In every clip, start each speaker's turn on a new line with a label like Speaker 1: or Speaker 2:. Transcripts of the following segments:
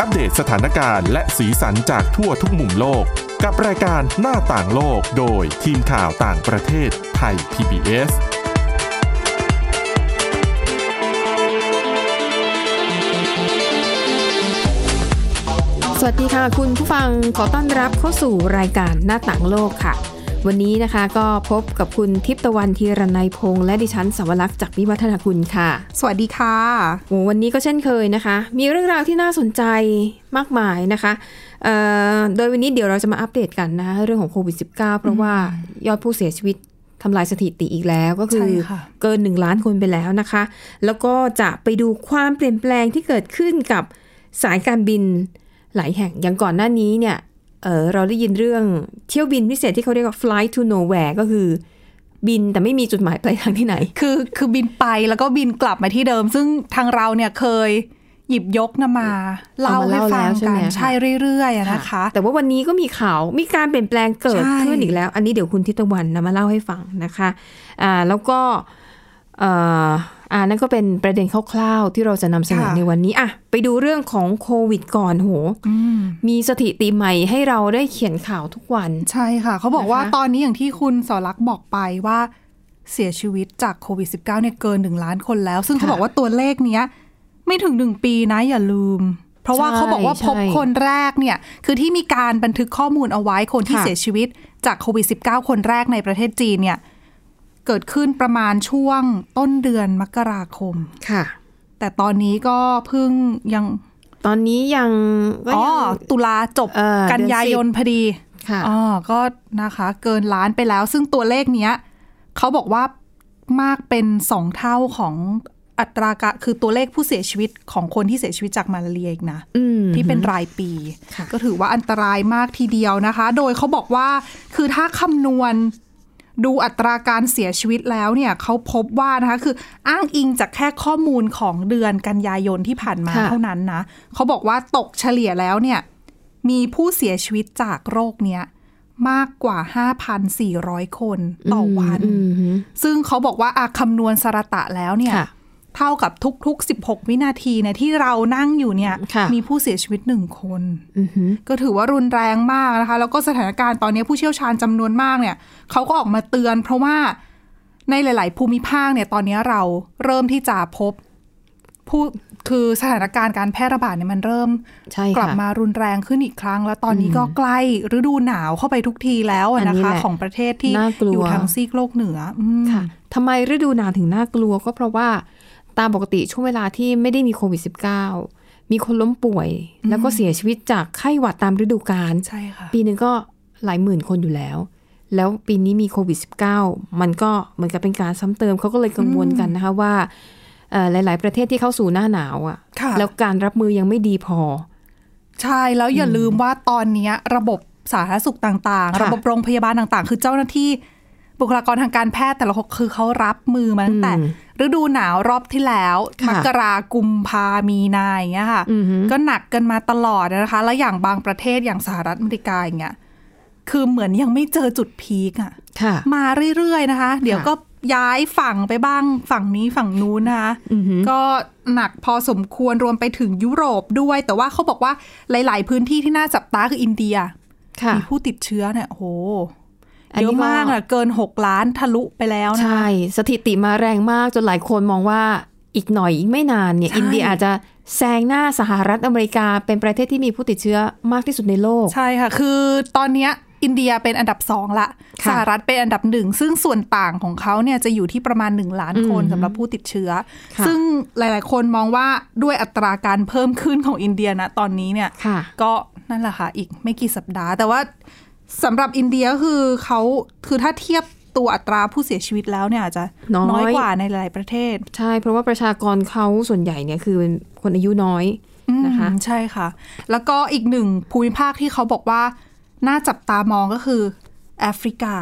Speaker 1: อัปเดตสถานการณ์และสีสันจากทั่วทุกมุมโลก กับรายการหน้าต่างโลกโดยทีมข่าวต่างประเทศไทย PBS
Speaker 2: สวัสดีค่ะ คุณผู้ฟังขอต้อนรับเข้าสู่รายการหน้าต่างโลกค่ะ วันนี้นะคะก็พบกับคุณทิพย์ตะวันธีรนัยพงษ์และดิฉันสวรักษ์จากวิวัฒนาคุณค่ะ
Speaker 3: สวัสดีค่ะ
Speaker 2: โอ้วันนี้ก็เช่นเคยนะคะ มีเรื่องราวที่น่าสนใจมากมายนะคะเอ่อโดยวันนี้เดี๋ยวเราจะมาอัปเดตกันนะคะเรื่องของโควิด -19 เพราะว่ายอดผู้เสียชีวิตทำลายสถิติอีกแล้วก็คื
Speaker 3: ใช่
Speaker 2: อ
Speaker 3: ค่ะ
Speaker 2: เกิน 1 ล้านคนไปแล้วนะคะ แล้วก็จะไปดูความเปลี่ยนแปลงที่เกิดขึ้นกับสายการบินหลายแห่ง อย่างก่อนหน้านี้เนี่ย เออเราได้ยินเรื่องเที่ยวบินพิเศษที่เขาเรียกว่า flight to nowhere ก็คือ บินแต่ไม่มีจุดหมายปลายทางที่ไหน
Speaker 3: คือคือบินไปแล้วก็บินกลับมาที่เดิม ซึ่งทางเราเนี่ยเคยหยิบยกนำมาเล่า
Speaker 2: เอามา
Speaker 3: ให้
Speaker 2: เล่า
Speaker 3: ฟัง
Speaker 2: แล้วใช่
Speaker 3: กั
Speaker 2: ไหม
Speaker 3: น
Speaker 2: คะ
Speaker 3: ใช่เรื่อยๆอะนะคะ
Speaker 2: แต่ว่าวันนี้ก็มีข่าวมีการเปลี่ยนแปลงเกิด
Speaker 3: ใช่
Speaker 2: ขึ้นอีกแล้ว อันนี้เดี๋ยวคุณทิตวันนะมาเล่าให้ฟังนะคะอ่าแล้วก็เอ่ออ่านั่นก็เป็นประเด็นคร่าวๆที่เราจะนำเสนอในวันนี้อ่ะไปดูเรื่องของโควิดก่อนโห
Speaker 3: อืม
Speaker 2: มีสถิติใหม่ให้เราได้เขียนข่าวทุกวัน
Speaker 3: ใช่ค่ะ เขาบอกว่า
Speaker 2: นะคะ
Speaker 3: ตอนนี้อย่างที่คุณสรักษ์บอกไปว่าเสียชีวิตจากโควิด -19 เนี่ยเกิน 1 ล้านคนแล้ว ซึ่งเขาบอกว่าตัวเลขเนี้ย ไม่ถึง 1 ปีนะอย่าลืม เพราะว่าเขาบอกว่า
Speaker 2: ใช่
Speaker 3: พบคนแรกเนี่ย คือที่มีการบันทึกข้อมูลเอาไว้คนที่
Speaker 2: ค่ะ
Speaker 3: เสียชีวิตจากโควิด -19 คนแรกในประเทศจีนเนี่ย เกิดขึ้นประมาณช่วงต้นเดือนมกราคม
Speaker 2: ค่ะ
Speaker 3: แต่ตอนนี้ก็เพิ่งยัง
Speaker 2: ตอนนี้ยังก็
Speaker 3: อ๋อ
Speaker 2: ยัง
Speaker 3: ตุลาจบ
Speaker 2: เอ่อ
Speaker 3: กันยายนพอดี
Speaker 2: ค่ะ
Speaker 3: อ๋อ ก็นะคะเกินล้านไปแล้ว ซึ่งตัวเลขเนี้ยเขาบอกว่ามากเป็นสองเท่าของอัตรากะคือตัวเลขผู้เสียชีวิตของคนที่เสียชีวิตจากมาลาเรียอีกนะ
Speaker 2: อืม
Speaker 3: ที่เป็นรายปี
Speaker 2: ค่ะ
Speaker 3: ก็ถือว่าอันตรายมากทีเดียวนะคะ โดยเขาบอกว่าคือถ้าคำนวณดูอัตราการเสียชีวิตแล้วเนี่ยเขาพบว่านะคะ คืออ้างอิงจากแค่ข้อมูลของเดือนกันยายนที่ผ่านมา
Speaker 2: ค่ะ
Speaker 3: เท่านั้นนะเขาบอกว่าตกเฉลี่ยแล้วเนี่ยมีผู้เสียชีวิตจากโรคเนี้ยมากกว่า 5,400 คนต่อวัน
Speaker 2: อืมอืม
Speaker 3: ซึ่งเขาบอกว่าอาคำนวณสรตะแล้วเนี่ย
Speaker 2: ค่ะ
Speaker 3: เท่ากับทุกๆ 16 วินาทีเนี่ยที่เรานั่งอยู่เนี่ย
Speaker 2: ค่ะ
Speaker 3: มีผู้เสียชีวิตหนึ่งคน
Speaker 2: อือหือ
Speaker 3: ก็ถือว่ารุนแรงมากนะคะ แล้วก็สถานการณ์ตอนนี้ผู้เชี่ยวชาญจำนวนมากเนี่ยเขาก็ออกมาเตือน เพราะว่าในหลาย ๆ ภูมิภาคเนี่ยตอนนี้เราเริ่มที่จะพบผู้คือสถานการณ์การแพร่ระบาดเนี่ยมันเริ่ม
Speaker 2: ใช่
Speaker 3: กลับ
Speaker 2: ค่ะ
Speaker 3: มารุนแรงขึ้นอีกครั้ง แล้วตอนนี้ก็ใกล้ฤดูหนาวเข้าไปทุกทีแล้วอะ
Speaker 2: อัน
Speaker 3: นะ
Speaker 2: นี้
Speaker 3: คะ
Speaker 2: แหละ
Speaker 3: ของประเทศที่
Speaker 2: น่ากลัว
Speaker 3: อยู่ทางซีกโลกเหนืออืม
Speaker 2: ค่ะทำไมฤดูหนาวถึงน่ากลัวก็เพราะว่าตามปกติช่วงเวลาที่ไม่ได้มีโควิด -19 มีคนล้มป่วย แล้วก็เสียชีวิตจากไข้หวัดตามฤดูกาล
Speaker 3: ใช่ค่ะ
Speaker 2: ปีหนึ่งก็หลายหมื่นคนอยู่แล้ว แล้วปีนี้มีโควิด -19 มันก็เหมือนกับเป็นการซ้ำเติมเขาก็เลยกังวลกันนะคะว่าเอ่อหลาย ๆ ประเทศที่เข้าสู่หน้าหนาวอะ
Speaker 3: ค่ะ
Speaker 2: ่ะ แล้วการรับมือยังไม่ดีพอ
Speaker 3: ใช่แล้วอย่าลืมว่าตอนเนี้ยระบบสาธารณสุขต่าง
Speaker 2: ค่ะ
Speaker 3: ๆ ระบบโรงพยาบาลต่างๆ คือเจ้าหน้าที่บุคลากรทางการแพทย์แต่ละคนคือเขารับมือมาตั้งแต่
Speaker 2: อืม
Speaker 3: ฤดูหนาวรอบที่แล้วม
Speaker 2: ค่ะ
Speaker 3: กรากุมภามีนาอย่างเงี้ยค่ะ
Speaker 2: อือหือ
Speaker 3: ก็หนักกันมาตลอดนะคะ แล้วอย่างบางประเทศอย่างสหรัฐอเมริกาอย่างเงี้ยคือเหมือนยังไม่เจอจุดพีกอะ
Speaker 2: ค่ะ
Speaker 3: มาเรื่อยๆนะคะ เดี๋ยวก็ย้ายฝั่งไปบ้างฝั่งนี้ฝั่งนู้นนะคะ
Speaker 2: อือหือ
Speaker 3: ก็หนักพอสมควรรวมไปถึงยุโรปด้วย แต่ว่าเขาบอกว่าหลาย ๆ พื้นที่ที่น่าจับตาคืออินเดีย
Speaker 2: ค่ะ
Speaker 3: มีผู้ติดเชื้อเนี่ยโอ้โห
Speaker 2: น
Speaker 3: เย
Speaker 2: นี้
Speaker 3: อะมากอะเกิน 6 ล้านทะลุไปแล้วนะ
Speaker 2: ใช่ สถิติมาแรงมากจนหลายคนมองว่าอีกหน่อยอีกไม่นานเนี่ย
Speaker 3: ใช่
Speaker 2: อินเดียอาจจะแซงหน้าสหรัฐอเมริกาเป็นประเทศที่มีผู้ติดเชื้อมากที่สุดในโลก
Speaker 3: ใช่ค่ะ คือตอนเนี้ยอินเดียเป็นอันดับ 2 ละ
Speaker 2: ค่ะ
Speaker 3: สหรัฐเป็นอันดับหนึ่งซึ่งส่วนต่างของเขาเนี่ยจะอยู่ที่ประมาณ 1 ล้านคนสำหรับผู้ติดเชื้อ ซึ่งหลาย ๆ คนมองว่าด้วยอัตราการเพิ่มขึ้นของอินเดียนะตอนนี้เนี่ย
Speaker 2: ค่ะ
Speaker 3: ก็นั่นแหละค่ะ อีกไม่กี่สัปดาห์ แต่ว่าสำหรับอินเดียก็คือเขาคือถ้าเทียบตัวอัตราผู้เสียชีวิตแล้วเนี่ยอาจจะ
Speaker 2: น้อย
Speaker 3: น้อยกว่าในหลายๆประเทศ
Speaker 2: ใช่ เพราะว่าประชากรเขาส่วนใหญ่เนี่ยคือเป็นคนอายุน้อย
Speaker 3: อืม
Speaker 2: นะคะ
Speaker 3: ใช่ค่ะ แล้วก็อีกหนึ่งภูมิภาคที่เขาบอกว่า น่าจับตามองก็คือแอฟริกา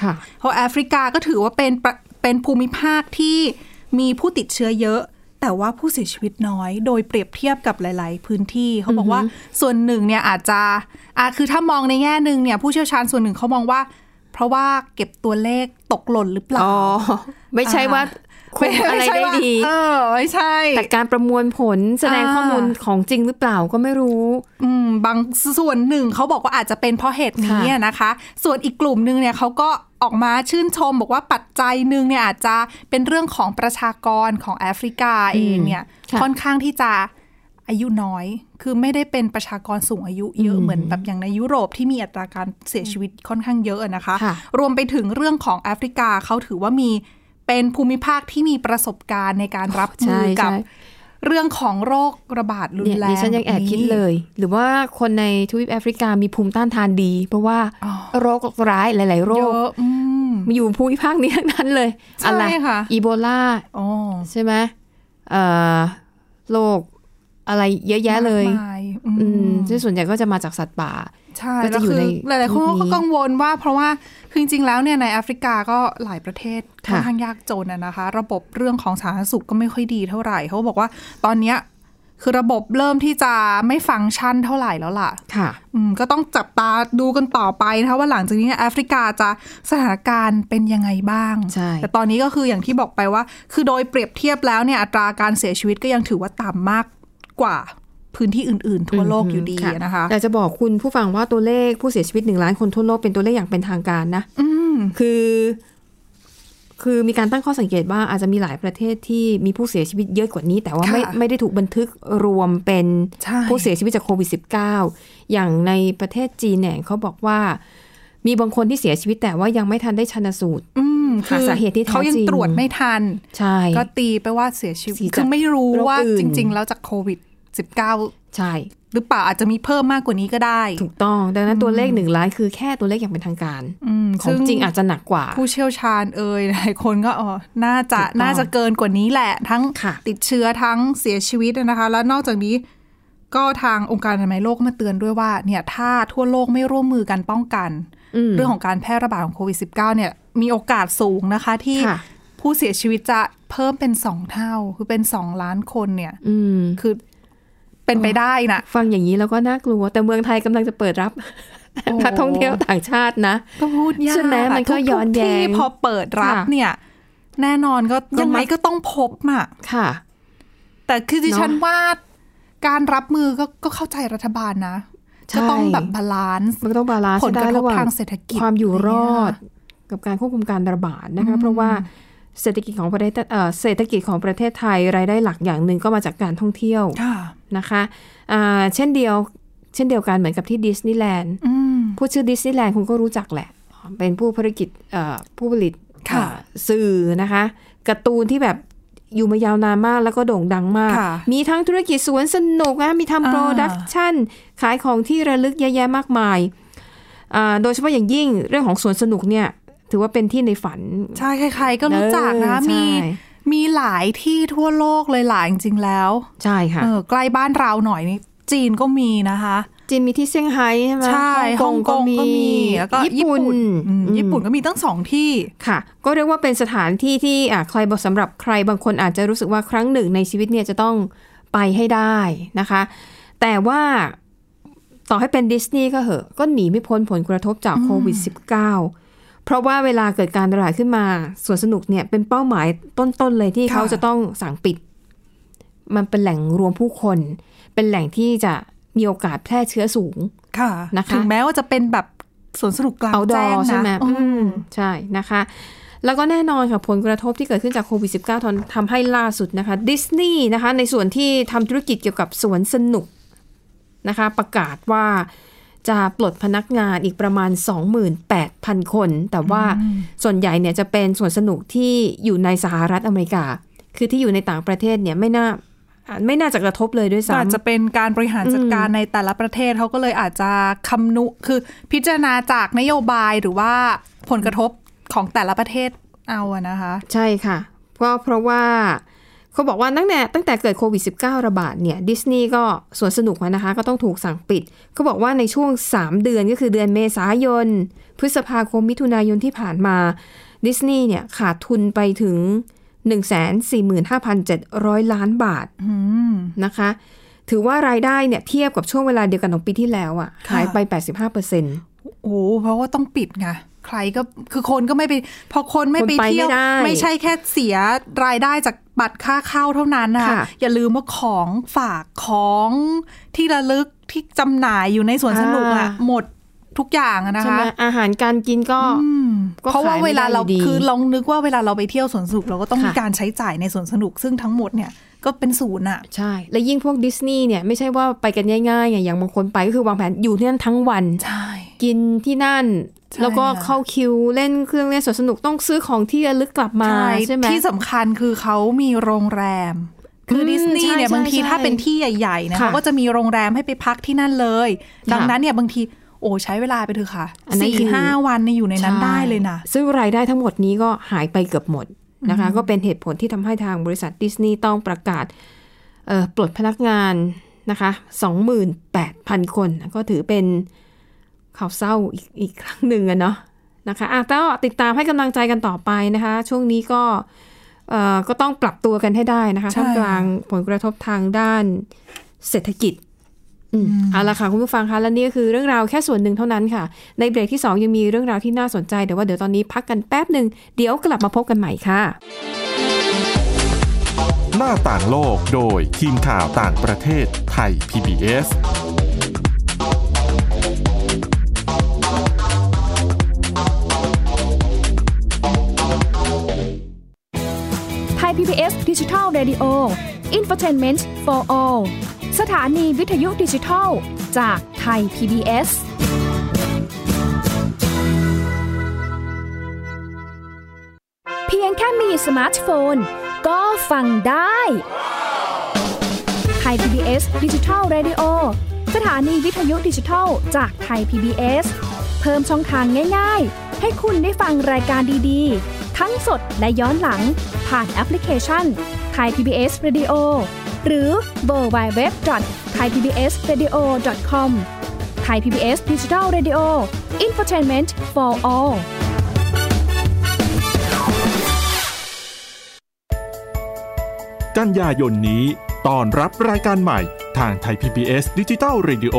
Speaker 2: ค่ะ
Speaker 3: เพราะแอฟริกาก็ถือว่าเป็นประเป็นภูมิภาคที่มีผู้ติดเชื้อเยอะ แต่ว่าผู้เสียชีวิตน้อย โดยเปรียบเทียบกับหลาย ๆ พื้นที่ เขาบอกว่าส่วนหนึ่งเนี่ยอาจจะอาคือถ้ามองในแง่หนึ่งเนี่ยผู้เชี่ยวชาญส่วนหนึ่งเขามองว่า เพราะว่าเก็บตัวเลขตกหล่นหรือเปล่า
Speaker 2: อ๋อ ไม่ใช่ว่า คุมอะไรได้ดี
Speaker 3: เออไม่ใช่
Speaker 2: แต่การประมวลผลแสดง
Speaker 3: อ่า
Speaker 2: ข้อมูลของจริงหรือเปล่าก็ไม่รู้
Speaker 3: อืมบางส่วนหนึ่งเขาบอกว่าอาจจะเป็นเพราะเหตุนี้
Speaker 2: ค่ะ
Speaker 3: นะคะ ส่วนอีกกลุ่มหนึ่งเนี่ยเขาก็ออกมาชื่นชม บอกว่าปัจจัยหนึ่งเนี่ยอาจจะเป็นเรื่องของประชากรของแอฟริกาเองเนี่ย
Speaker 2: ค่ะ
Speaker 3: ค่อนข้างที่จะอายุน้อย คือไม่ได้เป็นประชากรสูงอายุเยอะเหมือนแบบอย่างในยุโรปที่มีอัตราการเสียชีวิตค่อนข้างเยอะนะคะ
Speaker 2: ค่ะ
Speaker 3: รวมไปถึงเรื่องของแอฟริกาเขาถือว่ามีเป็นภูมิภาคที่มีประสบการณ์ในการรับ
Speaker 2: ใช่
Speaker 3: มือกับ
Speaker 2: ใช่
Speaker 3: เรื่องของโรคระบาดรุน
Speaker 2: เนี่ย
Speaker 3: แรง
Speaker 2: ดิฉันยังแอบ
Speaker 3: นี้
Speaker 2: คิดเลย หรือว่าคนในทวีปแอฟริกามีภูมิต้านทานดี เพราะว่า
Speaker 3: อ๋อ
Speaker 2: โรคร้ายหลาย ๆ โร
Speaker 3: เย
Speaker 2: ค
Speaker 3: อะอืม
Speaker 2: มาอยู่ภูมิภาคนี้ทั้งนั้นเลย
Speaker 3: ใช่
Speaker 2: อะไร
Speaker 3: ค่ะ
Speaker 2: อีโบลา
Speaker 3: อ๋อ
Speaker 2: ใช่ไหมเอ่อโรคอะไรเยอะแยะเลย
Speaker 3: มากมายอื
Speaker 2: อืม
Speaker 3: ม
Speaker 2: ซึ่งส่วนใหญ่ก็จะมาจากสัตว์ป่า
Speaker 3: ใช่
Speaker 2: ก็
Speaker 3: แล้
Speaker 2: จะ
Speaker 3: ว
Speaker 2: อยู่
Speaker 3: คือ
Speaker 2: ใน
Speaker 3: หลายๆคน
Speaker 2: ยุคนี้
Speaker 3: ก็กังวลว่า เพราะว่าคือจริงๆแล้วเนี่ยในแอฟริกาก็หลายประเทศ
Speaker 2: ค่ะ
Speaker 3: ค่อนข้างยากจนอะนะคะ ระบบเรื่องของสาธารณสุขก็ไม่ค่อยดีเท่าไหร่เขาบอกว่าตอนเนี้ยคือระบบเริ่มที่จะไม่ฟังก์ชันเท่าไหร่แล้วล่ะ
Speaker 2: ค่ะ
Speaker 3: อืมก็ต้องจับตาดูกันต่อไปนะคะว่าหลังจากนี้เนี่ยแอฟริกาจะสถานการณ์เป็นยังไงบ้าง
Speaker 2: ใช่
Speaker 3: แต่ตอนนี้ก็คืออย่างที่บอกไปว่า คือโดยเปรียบเทียบแล้วเนี่ยอัตราการเสียชีวิตก็ยังถือว่าต่ำมากกว่าพื้นที่อื่น ๆ ทั่วโลกอยู่ดี
Speaker 2: ค่ะ
Speaker 3: นะคะ
Speaker 2: แต่จะบอกคุณผู้ฟังว่าตัวเลขผู้เสียชีวิตหนึ่งล้านคนทั่วโลกเป็นตัวเลขอย่างเป็นทางการนะ
Speaker 3: อืม
Speaker 2: คือ คือมีการตั้งข้อสังเกตว่าอาจจะมีหลายประเทศที่มีผู้เสียชีวิตเยอะกว่านี้ แต่ว่าไม่
Speaker 3: ค่ะ
Speaker 2: ไม่ได้ถูกบันทึกรวมเป็น
Speaker 3: ใช่
Speaker 2: ผู้เสียชีวิตจากโควิด -19 อย่างในประเทศจีนเนี่ยเขาบอกว่า มีบางคนที่เสียชีวิตแต่ว่ายังไม่ทันได้ชันสูตร
Speaker 3: อืม
Speaker 2: หาสาเหตุที่แท้จริง
Speaker 3: เขายังตรวจไม่ทัน
Speaker 2: ใช่
Speaker 3: ก็ตีไปว่าเสียชีวิต
Speaker 2: เสียจาก
Speaker 3: คือไม่รู้
Speaker 2: โรค
Speaker 3: ว่า
Speaker 2: อื่น
Speaker 3: จริง ๆ แล้วจากโควิด -19
Speaker 2: ใช่
Speaker 3: หรือเปล่าอาจจะมีเพิ่มมากกว่านี้ก็ได้
Speaker 2: ถูกต้อง ดังนั้นตัวเลขหนึ่งล้านคือแค่ตัวเลขอย่างเป็นทางการ
Speaker 3: อืม
Speaker 2: ของ
Speaker 3: ซึ่
Speaker 2: จริงอาจจะหนักกว่า
Speaker 3: ผู้เชี่ยวชาญเอ่ยหลายคนก็อ๋อน่าจะ
Speaker 2: ถูกต้อง
Speaker 3: น่าจะเกินกว่านี้แหละ ทั้ง
Speaker 2: ค่ะ
Speaker 3: ติดเชื้อทั้งเสียชีวิตนะคะ แล้วนอกจากนี้ ก็ทางองค์การอนามัยโลกก็มาเตือนด้วยว่าเนี่ยถ้าทั่วโลกไม่ร่วมมือกันป้องกัน
Speaker 2: อืม
Speaker 3: เรื่องของการแพร่ระบาดของโควิด -19 เนี่ยมีโอกาสสูงนะคะ ที่
Speaker 2: ค่ะ
Speaker 3: ผู้เสียชีวิตจะเพิ่มเป็น 2 เท่า คือเป็น 2 ล้านคนเนี่ย
Speaker 2: อืม
Speaker 3: คือเป็นไปได้นะ
Speaker 2: ฟังอย่างนี้แล้วก็น่ากลัว แต่เมืองไทยกำลังจะเปิดรับ
Speaker 3: โอ้
Speaker 2: นักท่องเที่ยวต่างชาตินะ
Speaker 3: ก็พูดยาก
Speaker 2: ใช่ไหมมันก็
Speaker 3: ทุๆ
Speaker 2: ย้อนแย้ง
Speaker 3: ที่พอเปิดรับ
Speaker 2: ค่ะ
Speaker 3: เนี่ย แน่นอนก็
Speaker 2: ก็มัก
Speaker 3: ยังไงก็ต้องพบอ่ะ
Speaker 2: ค่ะ
Speaker 3: แต่คือดิฉัน
Speaker 2: เนอะ
Speaker 3: ว่าการรับมือก็ก็เข้าใจรัฐบาลนะ
Speaker 2: ใช่
Speaker 3: ก็ต้องแบบบาลานซ์
Speaker 2: มันก็ต้องบาลานซ์
Speaker 3: ผลกระทบ
Speaker 2: ได้ระหว่าง
Speaker 3: ทางเศรษฐกิจ
Speaker 2: ความอยู่รอด
Speaker 3: อะไรเงี้
Speaker 2: กับการควบคุมการระบาดนะคะ เพราะว่าเศรษฐกิจของประเทศเอ่อเศรษฐกิจของประเทศไทยรายได้หลักอย่างหนึ่งก็มาจากการท่องเที่ยว
Speaker 3: ค่ะ
Speaker 2: นะคะอ่าเช่นเดียวเช่นเดียวกันเหมือนกับที่ดิสนีย์แลนด์
Speaker 3: อืม
Speaker 2: พูดชื่อดิสนีย์แลนด์คุณก็รู้จักแหละ เป็นผู้ผลิตเอ่อผู้ผลิต
Speaker 3: ค่ะ
Speaker 2: เอ่อสื่อนะคะการ์ตูนที่แบบอยู่มายาวนานมากแล้วก็โด่งดังมาก
Speaker 3: ค่ะ
Speaker 2: มีทั้งธุรกิจสวนสนุกนะมีทำ
Speaker 3: อ่า
Speaker 2: โปรดักชันขายของที่ระลึกเยอะแยะมากมายอ่าโดยเฉพาะอย่างยิ่งเรื่องของสวนสนุกเนี่ยถือว่าเป็นที่ในฝัน
Speaker 3: ใช่ใครๆก็รู้จัก
Speaker 2: เอ
Speaker 3: นะ
Speaker 2: อใช่
Speaker 3: มีมีหลายที่ทั่วโลกเลยหลายจริงๆแล้ว
Speaker 2: ใช่ค่ะ
Speaker 3: เออใกล้บ้านเราหน่อยนี่จีนก็มีนะคะ
Speaker 2: จีนมีที่เซี่ยงไฮ้ใช่ไหม
Speaker 3: ใช่ฮ่องกงก็มีแล้วก็
Speaker 2: ญี่ปุ่น
Speaker 3: อืม
Speaker 2: อืม
Speaker 3: ญี่ปุ่นก็มีตั้งสองที่
Speaker 2: ค่ะก็เรียกว่าเป็นสถานที่ที่อ่ะใครบอกสำหรับใครบางคนอาจจะรู้สึกว่าครั้งหนึ่งในชีวิตเนี่ยจะต้องไปให้ได้นะคะ แต่ว่าต่อให้เป็นดิสนีย์ก็เหอะก็หนีไม่พ้นผลกระทบจากโควิด -19 เพราะว่าเวลาเกิดการระบาดขึ้นมาสวนสนุกเนี่ยเป็นเป้าหมายต้น ๆ เลยที่
Speaker 3: ค่ะ
Speaker 2: เขาจะต้องสั่งปิด มันเป็นแหล่งรวมผู้คน เป็นแหล่งที่จะมีโอกาสแพร่เชื้อสูง
Speaker 3: ค่ะ
Speaker 2: นะคะ
Speaker 3: ถึงแม้ว่าจะเป็นแบบสวนสนุกกลาง
Speaker 2: เอาดอ
Speaker 3: แจ้ง
Speaker 2: ใช่ไหม
Speaker 3: นะ
Speaker 2: อื
Speaker 3: อื
Speaker 2: ม
Speaker 3: ม
Speaker 2: ใช่นะคะ แล้วก็แน่นอนค่ะ ผลกระทบที่เกิดขึ้นจากโควิด -19 ทำทำให้ล่าสุดนะคะดิสนีย์นะคะ ในส่วนที่ทำธุรกิจเกี่ยวกับสวนสนุกนะคะ ประกาศว่าจะปลดพนักงานอีกประมาณ 28,000 คน แต่ว่าส่วนใหญ่เนี่ยจะเป็นสวนสนุกที่อยู่ในสหรัฐอเมริกา คือที่อยู่ในต่างประเทศเนี่ยไม่น่าอ่ะไม่น่าจะกระทบเลยด้วยซ้ำ
Speaker 3: อาจจะเป็นการบริหารจัดการในแต่ละประเทศเขาก็เลยอาจจะคำนุคือพิจารณาจากนโยบายหรือว่าผลกระทบของแต่ละประเทศเอาอะนะคะ
Speaker 2: ใช่ค่ะก็เพราะว่าเขาบอกว่าตั้งแต่ตั้งแต่เกิดโควิด -19 ระบาดเนี่ยดิสนีย์ก็สวนสนุกอะนะคะ ก็ต้องถูกสั่งปิดเขาบอกว่าในช่วง 3 เดือนก็คือเดือนเมษายน พฤษภาคมมิถุนายนที่ผ่านมาดิสนีย์เนี่ยขาดทุนไปถึง 145,700 ล้านบาทนะคะ ถือว่ารายได้เนี่ยเทียบกับช่วงเวลาเดียวกันของปีที่แล้วอะ่ะ
Speaker 3: ค่ะ
Speaker 2: หายไป 85%
Speaker 3: โอ้โหเพราะว่าต้องปิดไง ใครก็คือคนก็ไม่ไปพอคนไม่ไป
Speaker 2: คนไป
Speaker 3: เที่ยว
Speaker 2: ไม่ได้
Speaker 3: ใช่แค่เสียรายได้จากบัตรค่าเข้าเท่านั้นนะ
Speaker 2: ค่ะ
Speaker 3: อย่าลืมว่าของฝากของที่ระลึกที่จำหน่ายอยู่ในสวนสนุก
Speaker 2: อ่า
Speaker 3: อะหมดทุกอย่างอะนะ
Speaker 2: ใช่ไห
Speaker 3: คะ
Speaker 2: มอาหารการกินก็
Speaker 3: อืม
Speaker 2: ก็
Speaker 3: เพราะว่า
Speaker 2: ขายไม่
Speaker 3: เวลาเรา
Speaker 2: ได้อยู่ดี
Speaker 3: คือลองนึกว่าเวลาเราไปเที่ยวสวนสนุกเราก็ต้อง
Speaker 2: ค่ะ
Speaker 3: มีการใช้จ่ายในสวนสนุกซึ่งทั้งหมดเนี่ยก็เป็นศูนย์อะ
Speaker 2: ใช่ และยิ่งพวกดิสนีย์เนี่ยไม่ใช่ว่าไปกันง่ายๆไงอย่างบางคนไปก็คือวางแผนอยู่ที่นั่นทั้งวัน
Speaker 3: ใช่
Speaker 2: กินที่นั่น
Speaker 3: ใช่
Speaker 2: แล้วก็
Speaker 3: ค่ะ
Speaker 2: เข้าคิวเล่นเครื่องเล่นสวนสนุกต้องซื้อของที่ระลึกกลับมาใช่ไหม
Speaker 3: ที่สำคัญคือเขามีโรงแรม คืออ
Speaker 2: ม
Speaker 3: ดิสนี
Speaker 2: ใช่
Speaker 3: ย์เนี่ย
Speaker 2: ใช่
Speaker 3: บางที
Speaker 2: ใช่
Speaker 3: ถ้าเป็นที่ใหญ่ๆ
Speaker 2: ค่ะ
Speaker 3: นะเขาก็จะมีโรงแรมให้ไปพักที่นั่นเลย
Speaker 2: ะ
Speaker 3: ดังนั้นเนี่ยบางทีโอ้ใช้เวลาไปเถอะค่ะ
Speaker 2: อันนั้น
Speaker 3: สี่
Speaker 2: คือ
Speaker 3: ห้าวันเนี่ยอยู่ในนั้นได้เลยนะ
Speaker 2: ใช่ซึ่งรายได้ทั้งหมดนี้ก็หายไปเกือบหมดนะคะ ก็เป็นเหตุผลที่ทำให้ทางบริษัทดิสนีย์ต้องประกาศเอ่อปลดพนักงานนะคะ28,000 คนก็ถือเป็นข่าวเศร้าอีกอีกครั้งหนึ่งอะเนาะนะคะอ่ะก็ติดตามให้กำลังใจกันต่อไปนะคะ ช่วงนี้ก็เอ่อก็ต้องปรับตัวกันให้ได้นะคะ
Speaker 3: ใช่
Speaker 2: ท่ามกลางผลกระทบทางด้านเศรษฐกิจ อืมเอาละค่ะ คุณผู้ฟังคะและนี่ก็คือเรื่องราวแค่ส่วนหนึ่งเท่านั้นค่ะ ในเบรกที่ 2 ยังมีเรื่องราวที่น่าสนใจ แต่ว่าเดี๋ยวตอนนี้พักกันแป๊บหนึ่งเดี๋ยวกลับมาพบกันใหม่ค่ะ
Speaker 1: หน้าต่างโลกโดยทีมข่าวต่างประเทศไทย PBS
Speaker 4: ไทย PBS ดิจิทัล Radio Infotainment for All สถานีวิทยุดิจิทัลจากไทย PBS เพียงแค่มีสมาร์ทโฟน ก็ฟังได้ไทย PBS ดิจิทัล Radio สถานีวิทยุดิจิทัลจากไทย PBS เพิ่มช่องทางง่าย ๆ ให้คุณได้ฟังรายการดีๆ ทั้งสดและย้อนหลัง ผ่านแอปพลิเคชันไทย PBS Radio หรือเวอร์บายเว็บไทยพีบีเอสเรดิโอคอมไทยพีบีเอสดิจิทัลเรดิโออินฟอร์ทนเมนต์ for all
Speaker 1: กันยายนนี้ตอนรับรายการใหม่ทางไทย PBS d i g i ดิจิ a d i o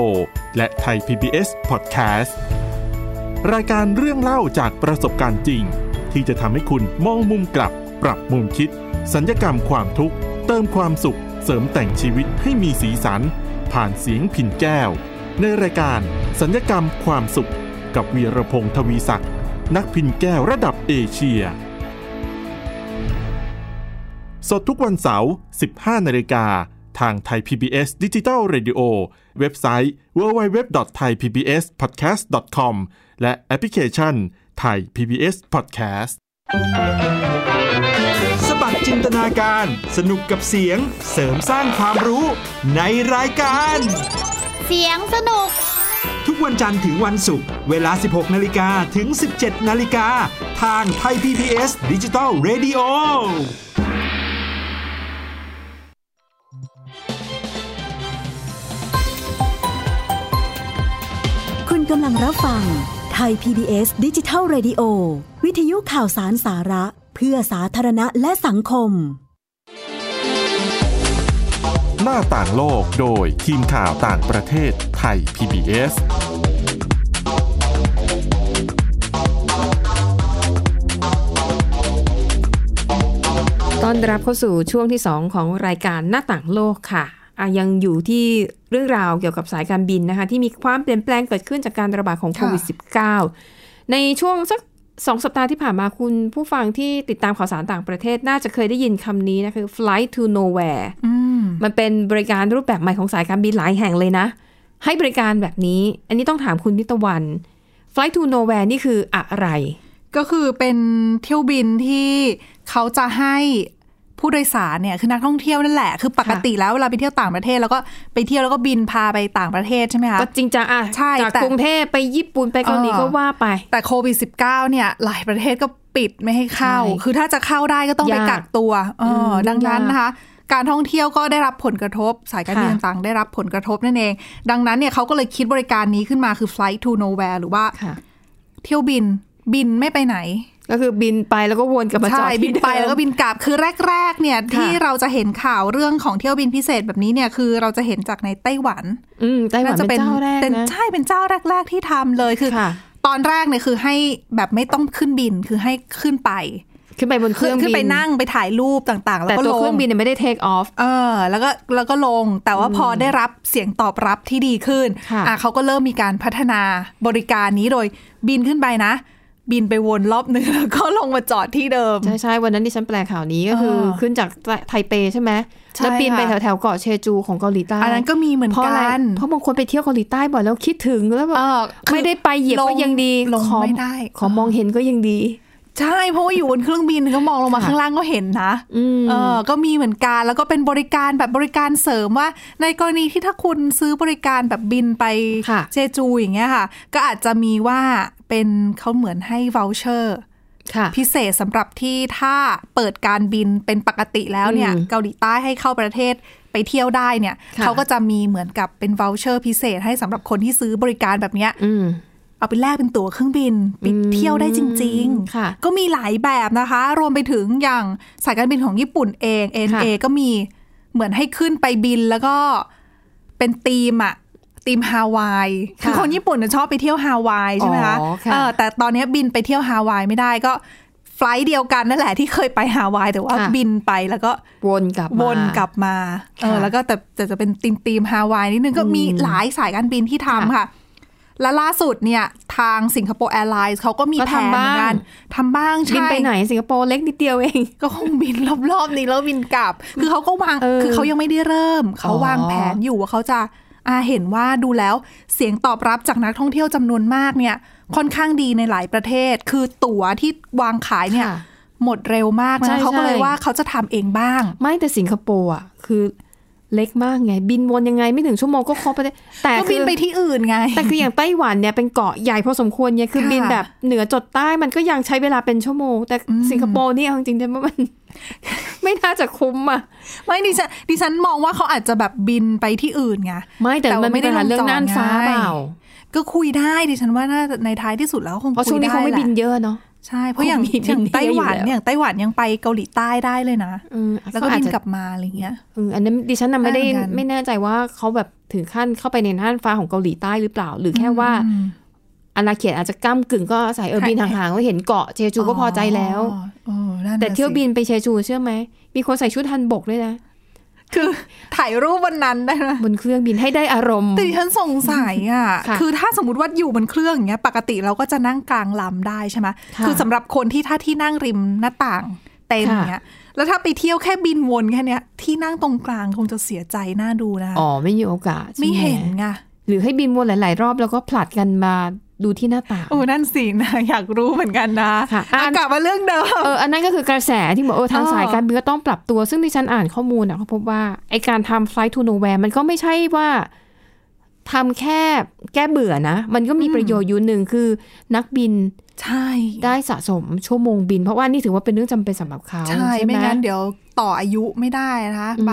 Speaker 1: และไทย PBS Podcast รายการเรื่องเล่าจากประสบการณ์จริง ที่จะทำให้คุณมองมุมกลับ ปรับมุมคิด สัญญกรรมความทุกข์ เติมความสุข เสริมแต่งชีวิตให้มีสีสัน ผ่านเสียงผินแก้ว ในรายการสัญญกรรมความสุข กับวีรพงษ์ทวีศักดิ์นักพินแก้วระดับเอเชีย สดทุกวันเสาร์ 15 นาฬิกา ทางไทย PBS d i g i ดิจิ a d i o ดิโอเว็บไซต์ www.thaipbspodcast.com และแอปพลิเคชัน Thai PBS Podcast
Speaker 5: สบัดจินตนาการ สนุกกับเสียง เสริมสร้างความรู้ในรายการ
Speaker 6: เสียงสนุก
Speaker 5: ทุกวันจันทร์ถึงวันศุกร์เวลา 16 นาฬิกาถึง 17 นาฬิกา ทางไทย PPS ดิจิ t a l Radio
Speaker 7: คุณกำลังรับฟังไทย PBS ดิจิทัล Radio วิทยุข่าวสารสาระ เพื่อสาธารณะและสังคม
Speaker 1: หน้าต่างโลกโดยทีมข่าวต่างประเทศไทย PBS
Speaker 2: ต้อนรับเข้าสู่ช่วงที่ 2 ของรายการหน้าต่างโลกค่ะอ่ะ ยังอยู่ที่เรื่องราวเกี่ยวกับสายการบินนะคะ ที่มีความเปลี่ยนแปลงเกิดขึ้นจากการระบาดของโควิด -19 ในช่วงสักสองสัปดาห์ที่ผ่านมาคุณผู้ฟังที่ติดตามข่าวสารต่างประเทศน่าจะเคยได้ยินคำนี้นะคะคือ flight to nowhere
Speaker 3: อืม
Speaker 2: มันเป็นบริการรูปแบบใหม่ของสายการบินหลายแห่งเลยนะ ให้บริการแบบนี้ อันนี้ต้องถามคุณนิตวัน Flight to Nowhere นี่คืออะไร
Speaker 3: ก็คือเป็นเที่ยวบินที่เขาจะให้ผู้โดยสารเนี่ยคือนักท่องเที่ยวนั่นแหละ คือปกติแล้วเวลาไปเที่ยวต่างประเทศ แล้วก็ไปเที่ยวแล้วก็บินพาไปต่างประเทศใช่ไหมคะ
Speaker 2: ก็จริงจังอ่ะ
Speaker 3: ใช่
Speaker 2: จาก
Speaker 3: แต่
Speaker 2: กรุงเทพไปญี่ปุ่นไปเกาหลี
Speaker 3: เออ
Speaker 2: ก็ว่าไป
Speaker 3: แต่โควิด -19 เนี่ยหลายประเทศก็ปิดไม่ให้เข้า
Speaker 2: ใช่
Speaker 3: คือถ้าจะเข้าได้ก็ต้องไป
Speaker 2: ยาก
Speaker 3: กักตัวเออ
Speaker 2: ม
Speaker 3: ดังนั้น
Speaker 2: ยาก
Speaker 3: นะคะ การท่องเที่ยวก็ได้รับผลกระทบ สายการบิน
Speaker 2: ค่ะ
Speaker 3: ต่างๆได้รับผลกระทบนั่นเอง ดังนั้นเนี่ยเขาก็เลยคิดบริการนี้ขึ้นมาคือ flight to nowhere หรือว่า
Speaker 2: ค่ะ
Speaker 3: เที่ยวบินบินไม่ไปไหน
Speaker 2: ก็คือบินไปแล้วก็วนกลับมาจอด
Speaker 3: ใช่บิ
Speaker 2: ที่
Speaker 3: นไป
Speaker 2: เดิม
Speaker 3: แล้วก็บินกลับคือแรก ๆ เนี่ย
Speaker 2: ค่ะ
Speaker 3: ที่เราจะเห็นข่าวเรื่องของเที่ยวบินพิเศษแบบนี้เนี่ยคือเราจะเห็นจากในไต้หวัน
Speaker 2: อืมไต้หวันเป็นเจ้าแรก
Speaker 3: เป็น
Speaker 2: นะ
Speaker 3: ใช่เป็นเจ้าแรก ๆ ที่ทำเลยคือ
Speaker 2: ค่ะ
Speaker 3: ตอนแรกเนี่ยคือให้แบบไม่ต้องขึ้นบินคือให้ขึ้นไป
Speaker 2: ขึ้นไปบนเค
Speaker 3: ขึ้
Speaker 2: รื่
Speaker 3: น
Speaker 2: องบิน
Speaker 3: ขึ้นไปนั่งไปถ่ายรูปต่างๆ แล้ว
Speaker 2: แต่
Speaker 3: ก็
Speaker 2: ตัว
Speaker 3: ล
Speaker 2: เครื่อง
Speaker 3: ง
Speaker 2: บินเนี่ยไม่ได้ take off
Speaker 3: เออแล้วก็แล้วก็ลงแต่ว่าพอได้รับเสียงตอบรับที่ดีขึ้น
Speaker 2: ค่ะ
Speaker 3: อ่ะเขาก็เริ่มมีการพัฒนาบริการนี้โดยบินขึ้นไปนะ บินไปวนรอบหนึง แล้วก็ลงมาจอดที่เดิม
Speaker 2: ใช่ใช่วันนั้นที่ฉันแปลข่าวนี้ก็คือ
Speaker 3: เออ
Speaker 2: ขึ้นจากไทเปใช่ไหม
Speaker 3: ใช่
Speaker 2: แล้วบินไป
Speaker 3: ค่ะ
Speaker 2: แถวแถวๆเกาะเชจูของเกาหลีใต้
Speaker 3: อันนั้นก็มีเหมือน
Speaker 2: เพราะ
Speaker 3: กั
Speaker 2: อะไร
Speaker 3: น
Speaker 2: เพราะบางคนไปเที่ยวเกาหลีใต้บ่อยแล้วคิดถึงแล้วแบบ
Speaker 3: เออคือ
Speaker 2: ไม่ได้ไปเหยียบก็ยังดี
Speaker 3: ลง
Speaker 2: ขอ
Speaker 3: ไม่ได้
Speaker 2: ขอมองเห็นก็ยังดี
Speaker 3: ใช่เพราะว่าอยู่บนเครื่องบินก็มองลงมา
Speaker 2: ค่ะ
Speaker 3: ข้างล่างก็เห็นนะ
Speaker 2: อืม
Speaker 3: เออก็มีเหมือนกันแล้วก็เป็นบริการแบบบริการเสริมว่า ในกรณีที่ถ้าคุณซื้อบริการแบบบินไป
Speaker 2: ค่ะ
Speaker 3: เจจูอย่างเงี้ยค่ะ ก็อาจจะมีว่าเป็นเขาเหมือนให้ voucher
Speaker 2: ค่ะ
Speaker 3: พิเศษสำหรับที่ถ้าเปิดการบินเป็นปกติแล้วเนี่ย
Speaker 2: อืม
Speaker 3: เกาหลีใต้ให้เข้าประเทศไปเที่ยวได้เนี่ย
Speaker 2: ค่ะ
Speaker 3: เขาก็จะมีเหมือนกับเป็น voucher พิเศษให้สำหรับคนที่ซื้อบริการแบบเนี้ย
Speaker 2: อืม
Speaker 3: เอาไปแลกเป็นตั๋วเครื่องบินไปเที่ยวได้จริง
Speaker 2: ค่ะ
Speaker 3: ก็มีหลายแบบนะคะ รวมไปถึงอย่างสายการบินของญี่ปุ่นเอง ANA ก็มีเหมือนให้ขึ้นไปบินแล้วก็เป็นทีมอะทีมฮาวาย
Speaker 2: ค่ะ
Speaker 3: คือคนญี่ปุ่นน่ะชอบไปเที่ยวฮาวายใช่ไหมคะ
Speaker 2: อ๋อค่ะ
Speaker 3: เออแต่ตอนเนี้ยบินไปเที่ยวฮาวายไม่ได้ก็ไฟลท์เดียวกันนั่นแหละที่เคยไปฮาวายแต่ว่าบินไปแล้วก็
Speaker 2: วนกลับมา
Speaker 3: วนกลับมาเออ
Speaker 2: ค่ะ
Speaker 3: แล้วก็แต่แต่จะเป็นตีมตีมฮาวายนิดนึงก็มีหลายสายการบินที่ทำค่ะ และล่าสุดเนี่ย ทางสิงคโปร์แอร์ไลน์เขาก็มี
Speaker 2: ก็
Speaker 3: แผ
Speaker 2: ทำ
Speaker 3: นเหมือน
Speaker 2: บ้า
Speaker 3: กัน
Speaker 2: ง
Speaker 3: ทำบ้าง
Speaker 2: บิน
Speaker 3: ใช่
Speaker 2: ไปไหนสิงคโปร์เล็กนิดเดียวเอง
Speaker 3: ก็คงบินรอบๆนี้แล้วบินกลับ คือเขาก็วาง
Speaker 2: เออ
Speaker 3: คือเขายังไม่ได้เริ่ม เขาวางแผนอยู่ว่าเขาจะอาเห็นว่าดูแล้วเสียงตอบรับจากนักท่องเที่ยวจำนวนมากเนี่ย ค่อนข้างดีในหลายประเทศ คือตั๋วที่วางขายเนี่ย
Speaker 2: ค่ะ
Speaker 3: หมดเร็วมาก
Speaker 2: ใช่
Speaker 3: นะเขาก็เลย
Speaker 2: ใช่
Speaker 3: ว่าเขาจะทำเองบ้าง
Speaker 2: ไม่แต่สิงคโปร์อ่ะคือเล็กมากไง บินวนยังไงไม่ถึงชั่วโมงก็ครบไปได้แต่
Speaker 3: ก็
Speaker 2: คื
Speaker 3: บิน
Speaker 2: อ
Speaker 3: ไปที่อื่นไง
Speaker 2: แต่คืออย่างไต้หวันเนี่ยเป็นเกาะใหญ่พอสมควรเนี่ยคือ
Speaker 3: ค่ะ
Speaker 2: บินแบบเหนือจดใต้มันก็ยังใช้เวลาเป็นชั่วโมง แต่สิงคโปร์นี่เอาจริงๆเนี่ยมัน ไม่น่าจะคุ้มอ่ะ
Speaker 3: ไม่ดิฉันดิฉันมองว่าเขาอาจจะแบบบินไปที่อื่นไง
Speaker 2: ไม่แต่มันไม่ได้หาเรื่องน่านฟ้าเปล่า
Speaker 3: ก็คุยได้ดิฉันว่าน่าจะในท้ายที่สุดแล้วคง
Speaker 2: เพราะช่วงนี้เขาไม่บิน
Speaker 3: คุยด้แหล
Speaker 2: เยอะเนาะ
Speaker 3: ะใช่เพราะอย่า
Speaker 2: ค
Speaker 3: ง
Speaker 2: งมี
Speaker 3: อย่างไต้หวัน
Speaker 2: บินเยอะอยู่แล้ว
Speaker 3: อย่างไต้หวันยังไปเกาหลีใต้ได้เลยนะ
Speaker 2: เออ
Speaker 3: แล้วก็
Speaker 2: อาจ
Speaker 3: บิน
Speaker 2: จะ
Speaker 3: กลับมาอะไรเงี้ย
Speaker 2: เอออันนั้นดิฉันน่ะไม่ได้
Speaker 3: ได้เหมือนกัน
Speaker 2: ไม่แน่ใจว่าเขาแบบถึงขั้นเข้าไปในน่านฟ้าของเกาหลีใต้หรือเปล่า หรือแค่ว่า
Speaker 3: อืม
Speaker 2: อาณาเขตอาจจะก้ากึ่งก็ใส่เออ
Speaker 3: ค่ะ
Speaker 2: บินห่างๆก็เห็นเกาะเชจูก็พอใจแล้ว
Speaker 3: อ๋อเออนั่นน่ะ
Speaker 2: แต่เที่ยว
Speaker 3: สิ
Speaker 2: บินไปเชจูเชื่อไหม มีคนใส่ชุดฮันบกด้วยนะ
Speaker 3: คือถ่ายรูปวันนั้นได้นะ
Speaker 2: บนเครื่องบินให้ได้อารมณ์
Speaker 3: แต่ดิฉันสงสัยอ่ะ
Speaker 2: ค่ะ
Speaker 3: คือถ้าสมมติว่าอยู่บนเครื่องอย่างเงี้ย ปกติเราก็จะนั่งกลางลำได้ใช่ไหม
Speaker 2: ค่ะ
Speaker 3: คือสำหรับคนที่ถ้าที่นั่งริมหน้าต่างเต็ม
Speaker 2: ค่ะ
Speaker 3: เนี้ย แล้วถ้าไปเที่ยวแค่บินวนแค่เนี้ย ที่นั่งตรงกลางคงจะเสียใจน่าดูนะ
Speaker 2: อ๋อไม่มีโอกาสใช่
Speaker 3: ไม่เห็นไง
Speaker 2: หรือให้บินวนหลายๆ รอบแล้วก็ผลัดกันมาดูที่หน้าต่าง
Speaker 3: โอ้นั่นสินะ อยากรู้เหมือนกันนะ
Speaker 2: ค่ะอ่ะ
Speaker 3: เอากลับมาเรื่องเดิม
Speaker 2: เอออันนั้นก็คือกระแสที่บอกเออทาง
Speaker 3: เออ
Speaker 2: สายการบินก็ต้องปรับตัว ซึ่งดิฉันอ่านข้อมูลอ่ะเขาพบว่าไอการทำ flight to nowhere มันก็ไม่ใช่ว่าทำแค่แก้เบื่อนะ มันก็มีประโยชน์อยู่หนึ่งคือนักบิน
Speaker 3: ใช่
Speaker 2: ได้สะสมชั่วโมงบิน เพราะว่านี่ถือว่าเป็นเรื่องจำเป็นสำหรับเขา
Speaker 3: ใช่
Speaker 2: ห
Speaker 3: ไม่งั้นเดี๋ยวต่ออายุไม่ได้นะคะ
Speaker 2: อืม
Speaker 3: ใบ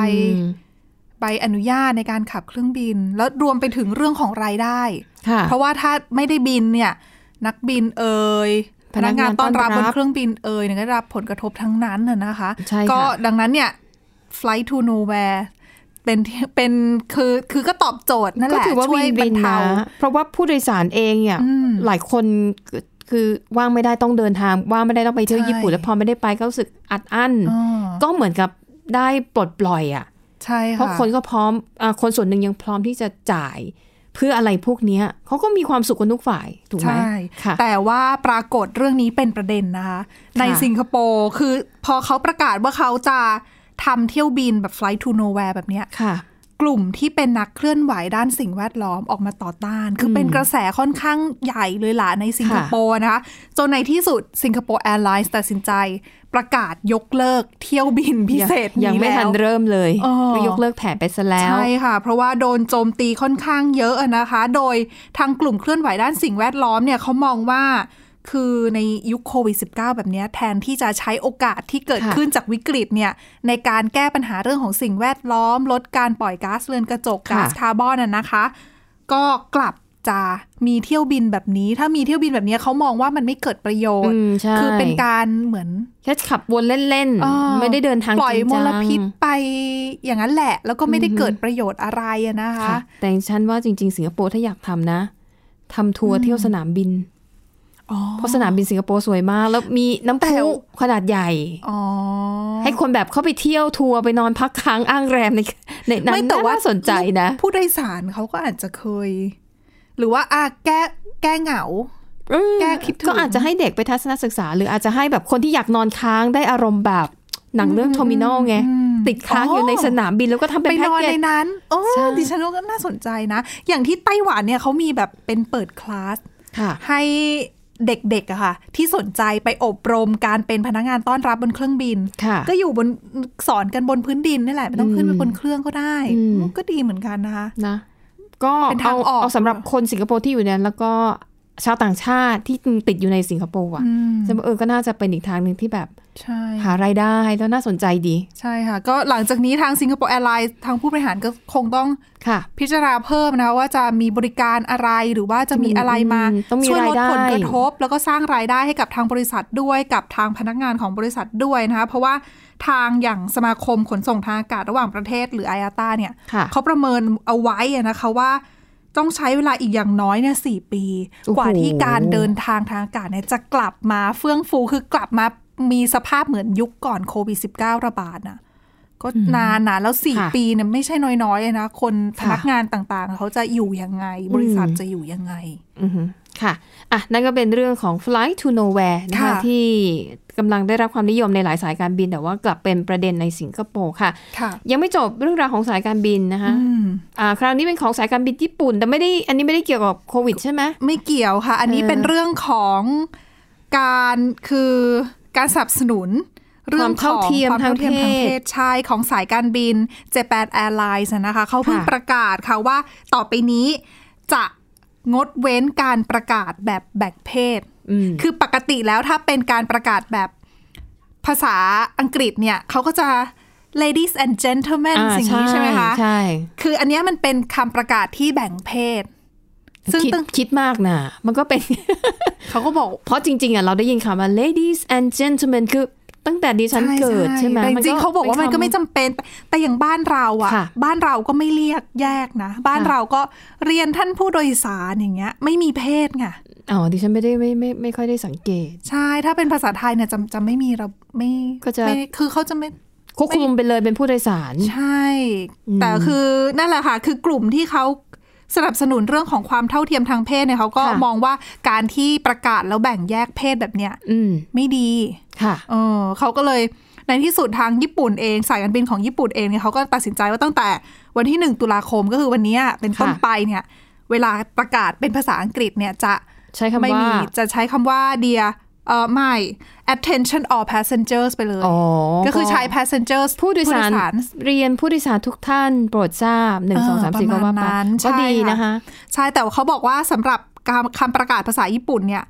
Speaker 3: ใบอนุญาตในการขับเครื่องบิน แล้วรวมไปถึงเรื่องของรายได้
Speaker 2: ค่ะ
Speaker 3: เพราะว่าถ้าไม่ได้บินเนี่ย นักบินเอ่ย
Speaker 2: พนักงานต้อนรับบ
Speaker 3: นเครื่องบินเอ่ยเนี่ยก็ได้รับผลกระทบทั้งนั้นน่ะนะคะ
Speaker 2: ใช่ค่ะ
Speaker 3: ก็ดังนั้นเนี่ย flight to nowhere เป็นที่เป็นคือคือก็ตอบโจทย์นั่นแห
Speaker 2: ก็
Speaker 3: ละ
Speaker 2: ถือว่า
Speaker 3: ช่ว
Speaker 2: วิ
Speaker 3: ย
Speaker 2: น
Speaker 3: บร
Speaker 2: วิน
Speaker 3: รเทา
Speaker 2: นะเพราะว่าผู้โดยสารเองเนี่ย
Speaker 3: อืม
Speaker 2: หลายคนคือคือว่างไม่ได้ต้องเดินทาง ว่างไม่ได้ต้องไปเที่ยว
Speaker 3: ใช่
Speaker 2: ญี่ปุ่น แล้วพอไม่ได้ไปก็รู้สึกอัดอั้น
Speaker 3: อ๋อ
Speaker 2: ก็เหมือนกับได้ปลดปล่อยอ่ะ
Speaker 3: ใช่ค่ะ
Speaker 2: เพราะคนก็พร้อมอาคนส่วนหนึ่งยังพร้อมที่จะจ่ายเพื่ออะไรพวกเนี้ยเขาก็มีความสุขกันทุกฝ่ายถูกไหม
Speaker 3: ใช่
Speaker 2: ค่ะ
Speaker 3: แต่ว่าปรากฏเรื่องนี้เป็นประเด็นนะคะ ในสิงคโปร์คือพอเขาประกาศว่าเขาจะทำเที่ยวบินแบบ flight to nowhere แบบเนี้ย
Speaker 2: ค่ะ
Speaker 3: กลุ่มที่เป็นนักเคลื่อนไหวด้านสิ่งแวดล้อมออกมาต่อต้าน คือเป็นกระแสค่อนข้างใหญ่เลยล่ะในสิงคโปร์นะคะ จนในที่สุดสิงคโปร์แอร์ไลน์ตัดสินใจ ประกาศยกเลิกเที่ยวบินพิเศษนี้
Speaker 2: ยังไม่
Speaker 3: แล้ว
Speaker 2: ทันเริ่มเลย
Speaker 3: เออ
Speaker 2: ก็ยกเลิกแผนไปซะแล้ว
Speaker 3: ใช่ค่ะ เพราะว่าโดนโจมตีค่อนข้างเยอะอะนะคะ โดยทางกลุ่มเคลื่อนไหวด้านสิ่งแวดล้อมเนี่ยเขามองว่าคือในยุคโควิด -19 แบบเนี้ยแทนที่จะใช้โอกาสที่เกิด
Speaker 2: ค่ะ
Speaker 3: ขึ้นจากวิกฤตเนี่ยในการแก้ปัญหาเรื่องของสิ่งแวดล้อม ลดการปล่อยก๊าซเรือนกระจกก๊าซคาร์บอนน่ะนะคะ ก็กลับจะมีเที่ยวบินแบบนี้ ถ้ามีเที่ยวบินแบบเนี้ยเขามองว่ามันไม่เกิดประโยชน์
Speaker 2: มใช่
Speaker 3: คือเป็นการเหมือน
Speaker 2: แค่ขับวนเล่น
Speaker 3: อ่า
Speaker 2: ๆ ไม่ได้เดินทาง
Speaker 3: ปล่อย
Speaker 2: จริง
Speaker 3: ม
Speaker 2: จัง
Speaker 3: ลพิษไปอย่างนั้นแหละ แล้วก็ไม่ได้เกิดประโยชน์อะไรอะนะคะ
Speaker 2: ค่ะ แต่ฉันว่าจริง ๆ สิงคโปร์ถ้าอยากทำนะทำทัวร์เที่ยวสนามบิน
Speaker 3: อ๋อ
Speaker 2: เพราะสนามบินสิงคโปร์สวยมาก แล้วมีน้ำ
Speaker 3: แต่
Speaker 2: พุขนาดใหญ่
Speaker 3: อ๋อ
Speaker 2: ให้คนแบบเข้าไปเที่ยวทัวร์ไปนอนพักค้างอ้างแรมใน ในนั้น
Speaker 3: ไม่แต่ว่า
Speaker 2: น่สนใจนะ
Speaker 3: ผู้โดยสารเขาก็อาจจะเคย หรือว่าอาแก้แก้เหงา
Speaker 2: อืม
Speaker 3: แก้คิดถึง
Speaker 2: ก็อาจจะให้เด็กไปทัศนศึกษา หรืออาจจะให้แบบคนที่อยากนอนค้างได้อารมณ์แบบหนังเรื่อง Terminal ไง ติดค้างอยู่ในสนามบินแล้วก็ทำเป็น
Speaker 3: ไป
Speaker 2: แพ็
Speaker 3: น
Speaker 2: ก
Speaker 3: อน
Speaker 2: เก
Speaker 3: ใน
Speaker 2: จ
Speaker 3: นั้นโอ้
Speaker 2: ใช่
Speaker 3: ดิฉันว่าก็น่าสนใจนะ อย่างที่ไต้หวันเนี่ยเขามีแบบเป็นเปิดคลาส
Speaker 2: ค่ะ
Speaker 3: ให้เด็กๆอะค่ะ ที่สนใจไปอบรมการเป็นพนักงานต้อนรับบนเครื่องบิน
Speaker 2: ค่ะ
Speaker 3: ก็อยู่บนสอนกันบนพื้นดินนี่แหละไม่ต้องขึ้นไปบนเครื่องก็ได้
Speaker 2: อืม
Speaker 3: ก็ดีเหมือนกันนะคะ
Speaker 2: นะ ก็
Speaker 3: เป็นทา
Speaker 2: เอา
Speaker 3: งออก
Speaker 2: เอาสำหรับคนสิงคโปร์ที่อยู่นั้น แล้วก็ชาวต่างชาติที่ติดอยู่ในสิงคโปร์อ่ะจะเออก็น่าจะเป็นอีกทางหนึ่งที่แบบ
Speaker 3: ใช่
Speaker 2: หารายได้แล้วน่าสนใจดี
Speaker 3: ใช่ค่ะ ก็หลังจากนี้ทางสิงคโปร์แอร์ไลน์ทางผู้บริหารก็คงต้อง
Speaker 2: ค่ะ
Speaker 3: พิจารณาเพิ่มนะคะว่าจะมีบริการอะไรหรือว่าจะมีอะไรมา
Speaker 2: อืมต้องมี
Speaker 3: ช่วยลด
Speaker 2: รายได้
Speaker 3: ผลกระทบ แล้วก็สร้างรายได้ให้กับทางบริษัทด้วยกับทางพนักงานของบริษัทด้วยนะคะเพราะว่าทางอย่างสมาคมขนส่งทางอากาศระหว่างประเทศหรือ i อ a t a เนี่ย
Speaker 2: ค่ะ
Speaker 3: เขาประเมินเอาไว้อะนะคะว่าต้องใช้เวลาอีกอย่างน้อยเนี่ยสี่ปี
Speaker 2: โอ้โห
Speaker 3: กว่าที่การเดินทางทางอากาศเนี่ยจะกลับมาเฟื่องฟูคือกลับมามีสภาพเหมือนยุคก่อนโควิด -19 ระบาดน่ะก็นานนะแล้วสี่
Speaker 2: ค่ะ
Speaker 3: ปีเนี่ยไม่ใช่น้อยๆเลยนะ คนพ
Speaker 2: ค่ะ
Speaker 3: นักงานต่างๆ เขาจะอยู่ยังไง บริษัท
Speaker 2: อืม
Speaker 3: จะอยู่ยังไง
Speaker 2: อือฮึค่ะ อ่ะ นั่นก็เป็นเรื่องของ flight to nowhere นะคะ
Speaker 3: ค่ะ
Speaker 2: ที่กำลังได้รับความนิยมในหลายสายการบิน แต่ว่ากลับเป็นประเด็นในสิงคโปร์ค่ะ
Speaker 3: ค่ะ
Speaker 2: ยังไม่จบเรื่องราวของสายการบินนะคะ
Speaker 3: อืม
Speaker 2: อ่า คราวนี้เป็นของสายการบินญี่ปุ่น แต่ไม่ได้ อันนี้ไม่ได้เกี่ยวกับโควิดใช่ไหม
Speaker 3: ไม่เกี่ยวค่ะ อันนี้
Speaker 2: เออ
Speaker 3: เป็นเรื่องของการคือการสนับสนุน เรื่อ
Speaker 2: ค
Speaker 3: ง
Speaker 2: วามเท่าเทียม
Speaker 3: คว
Speaker 2: ทาง
Speaker 3: เท่าเทียมทาง
Speaker 2: เพ
Speaker 3: เพ
Speaker 2: ศ
Speaker 3: ศชายของสายการบิน Japan Airlines อะนะคะเขาเพิ่ง
Speaker 2: ค่ะ
Speaker 3: ประกาศค่ะว่าต่อไปนี้จะงดเว้นการประกาศแบบแบ่งเพศ
Speaker 2: อืม
Speaker 3: คือปกติแล้วถ้าเป็นการประกาศแบบภาษาอังกฤษเนี่ยเขาก็จะ ladies and gentlemen
Speaker 2: อ่า
Speaker 3: สิ่งนี้ใช่ไหมคะ
Speaker 2: ใช่
Speaker 3: คืออันเนี้ยมันเป็นคำประกาศที่แบ่งเพศ ซึ่ง
Speaker 2: คิด
Speaker 3: ตึง
Speaker 2: คิดมากนะ มันก็เป็น
Speaker 3: เขาก็บอก
Speaker 2: เพราะจริง ๆ อ่ะ เราได้ยินคำว่า ladies and gentlemen คือตั้งแต่ดิฉันเกิดใช่ไหม
Speaker 3: แต่จ
Speaker 2: น
Speaker 3: ริงๆเขาบอกว่ามันก็ไม่จำเป็นแต่แต่อย่างบ้านเราอะ
Speaker 2: ค่ะ
Speaker 3: บ้านเราก็ไม่เรียกแยกนะ บ้าน
Speaker 2: ค่ะ
Speaker 3: เราก็เรียนท่านผู้โดยสารอย่างเงี้ย ไม่มีเพศไง
Speaker 2: อ๋อ ดิฉันไม่ได้ไม่ไม่ไม่ค่อยได้สังเกต
Speaker 3: ใช่ถ้าเป็นภาษาไทยเนี่ยจะจะไม่มีเราไม่
Speaker 2: ก็จะ
Speaker 3: ไม่คือเขาจะไม่
Speaker 2: ควบคุมไปเลยเป็นผู้โดยสาร
Speaker 3: ใช่ แต่คือนั่นแหละค่ะ คือกลุ่มที่เขาสนับสนุนเรื่องของความเท่าเทียมทางเพศเนี่ยเขาก็
Speaker 2: ค่ะ
Speaker 3: มองว่าการที่ประกาศแล้วแบ่งแยกเพศแบบเนี้ย
Speaker 2: อืม
Speaker 3: ไม่ดี
Speaker 2: ค่ะ
Speaker 3: เออเขาก็เลยในที่สุดทางญี่ปุ่นเองสายการบินของญี่ปุ่นเองเนี่ยเขาก็ตัดสินใจว่าตั้งแต่วันที่ 1 ตุลาคมก็คือวันเนี้ยเป็นต้น
Speaker 2: ค่ะ
Speaker 3: ไปเนี่ยเวลาประกาศเป็นภาษาอังกฤษเนี่ยจะ
Speaker 2: ใช้คำ
Speaker 3: ไม่
Speaker 2: ว่า
Speaker 3: มีจะใช้คำว่า dear เออไม่ attention all passengers ไปเลย
Speaker 2: อ๋อ
Speaker 3: ก็คือใช้ passengers
Speaker 2: ผู้โดยสาร เรียนผู้โดยสารทุกท่านโปรดทราบหนึ่ง
Speaker 3: เออ
Speaker 2: สองสามสี่
Speaker 3: ป
Speaker 2: ก็
Speaker 3: ระมา
Speaker 2: ว่า
Speaker 3: ณ
Speaker 2: ไป
Speaker 3: นั้นใช่
Speaker 2: ก็ดี
Speaker 3: ค่ะ
Speaker 2: นะคะ
Speaker 3: ใช่แต่ว่าเขาบอกว่าสำหรับการคำประกาศภาษาญี่ปุ่นเนี่ย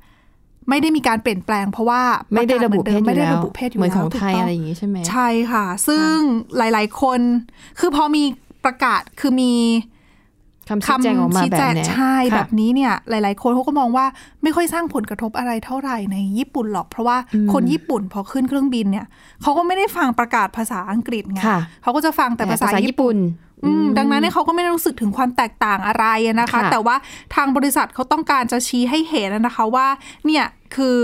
Speaker 3: ไม่ได้มีการเปลี่ยนแปลงเพราะว่า
Speaker 2: ไม่ได้ระบุเพศ
Speaker 3: ปกาศหมือนดิมไม่
Speaker 2: อยู่แล้ว
Speaker 3: ได้ระบุเพศอยู่
Speaker 2: เหมือนข
Speaker 3: แล้ว
Speaker 2: องไทย
Speaker 3: ถูกต้
Speaker 2: อะไรอย่างงี้ใช่ไหม
Speaker 3: ใช่ค่ะ ซึ่งหลาย ๆ คน คือพอมีประกาศ คือมี
Speaker 2: คำชี้แจงออกมา
Speaker 3: ชี้
Speaker 2: แบ
Speaker 3: แจ
Speaker 2: บ
Speaker 3: ง
Speaker 2: เนี้ย
Speaker 3: ใช่
Speaker 2: ค่ะ
Speaker 3: แบบนี้เนี่ย หลาย ๆ คนเขาก็มองว่าไม่ค่อยสร้างผลกระทบอะไรเท่าไหร่ในญี่ปุ่นหรอก เพราะว่าคนญี่ปุ่นพอขึ้นเครื่องบินเนี่ย เขาก็ไม่ได้ฟังประกาศภาษาอังกฤษไง
Speaker 2: ค่ะ
Speaker 3: เขาก็จะฟังแต่ภาษาญี่
Speaker 2: ญี่
Speaker 3: ปุ่น
Speaker 2: ปุ่น
Speaker 3: อืมดังนั้นเนี่ยเขาก็ไม่ได้รู้สึกถึงความแตกต่างอะไรอะนะคะ
Speaker 2: ค่ะ
Speaker 3: แต่ว่าทางบริษัทเขาต้องการจะชี้ให้เห็นนะคะว่า เนี่ยคือ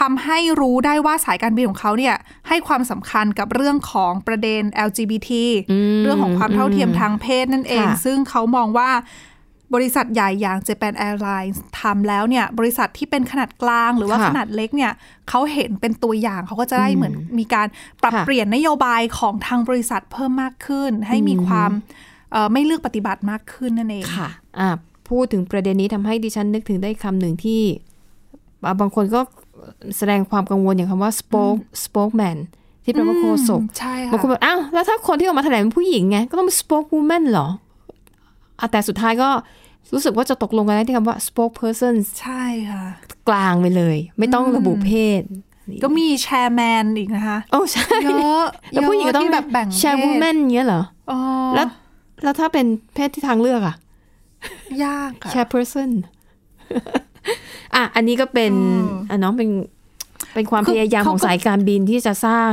Speaker 3: ทำให้รู้ได้ว่าสายการบินของเขาเนี่ยให้ความสำคัญกับเรื่องของประเด็น LGBT เรื่องของความเท่าเทียมทางเพศนั่นเอง
Speaker 2: ค่ะ
Speaker 3: ซึ่งเขามองว่าบริษัทใหญ่อย่าง Japan Airlines ทำแล้วเนี่ย บริษัทที่เป็นขนาดกลางหรือว่า
Speaker 2: ค่ะ
Speaker 3: ขนาดเล็กเนี่ยเขาเห็นเป็นตัวอย่างเขาก็จะได้เหมือนมีการปรับ
Speaker 2: ค่ะ
Speaker 3: เปลี่ยนนโยบายของทางบริษัทเพิ่มมากขึ้น ให้มี
Speaker 2: อืม
Speaker 3: ความเอ่อไม่เลือกปฏิบัติมากขึ้นนั่นเอง
Speaker 2: ค่ะอ่ะ พูดถึงประเด็นนี้ทำให้ดิฉันนึกถึงได้คำหนึ่งที่ บางคนก็แสดงความกังวลอย่างคำว่า spoke spokesman ที่แปลว่าโฆษก
Speaker 3: ใช่
Speaker 2: บางคน
Speaker 3: ค่ะ
Speaker 2: บอกอ้าวแล้วถ้าคนที่ออกมาแถลงเป็นผู้หญิงไง ก็ต้องเป็น spoke woman เหรออ่ะแต่สุดท้ายก็รู้สึกว่าจะตกลงกันได้ที่คำว่า spoke person
Speaker 3: ใช่ค่ะ
Speaker 2: กลางไปเลย ไม่ต้องระบุเพศ
Speaker 3: ก็มีแชร์แมนอีกนะคะ
Speaker 2: โอ้ใช่
Speaker 3: เยอะ
Speaker 2: แล้วผู้หญิงก็ต้อง
Speaker 3: เยะที่แบบแบ่ง
Speaker 2: แชร์ woman เงี้ยเหรอ แล้
Speaker 3: แล้ว ว
Speaker 2: แล้วถ้าเป็นเพศที่ทางเลือกอะ
Speaker 3: ยากอะ
Speaker 2: แชร์ person อ่ะ อันนี้ก็เป็นอ่ะเน้องเป็น เป็นความ
Speaker 3: คือย
Speaker 2: พายามของ
Speaker 3: เขาก็
Speaker 2: สายการบินที่จะสร้าง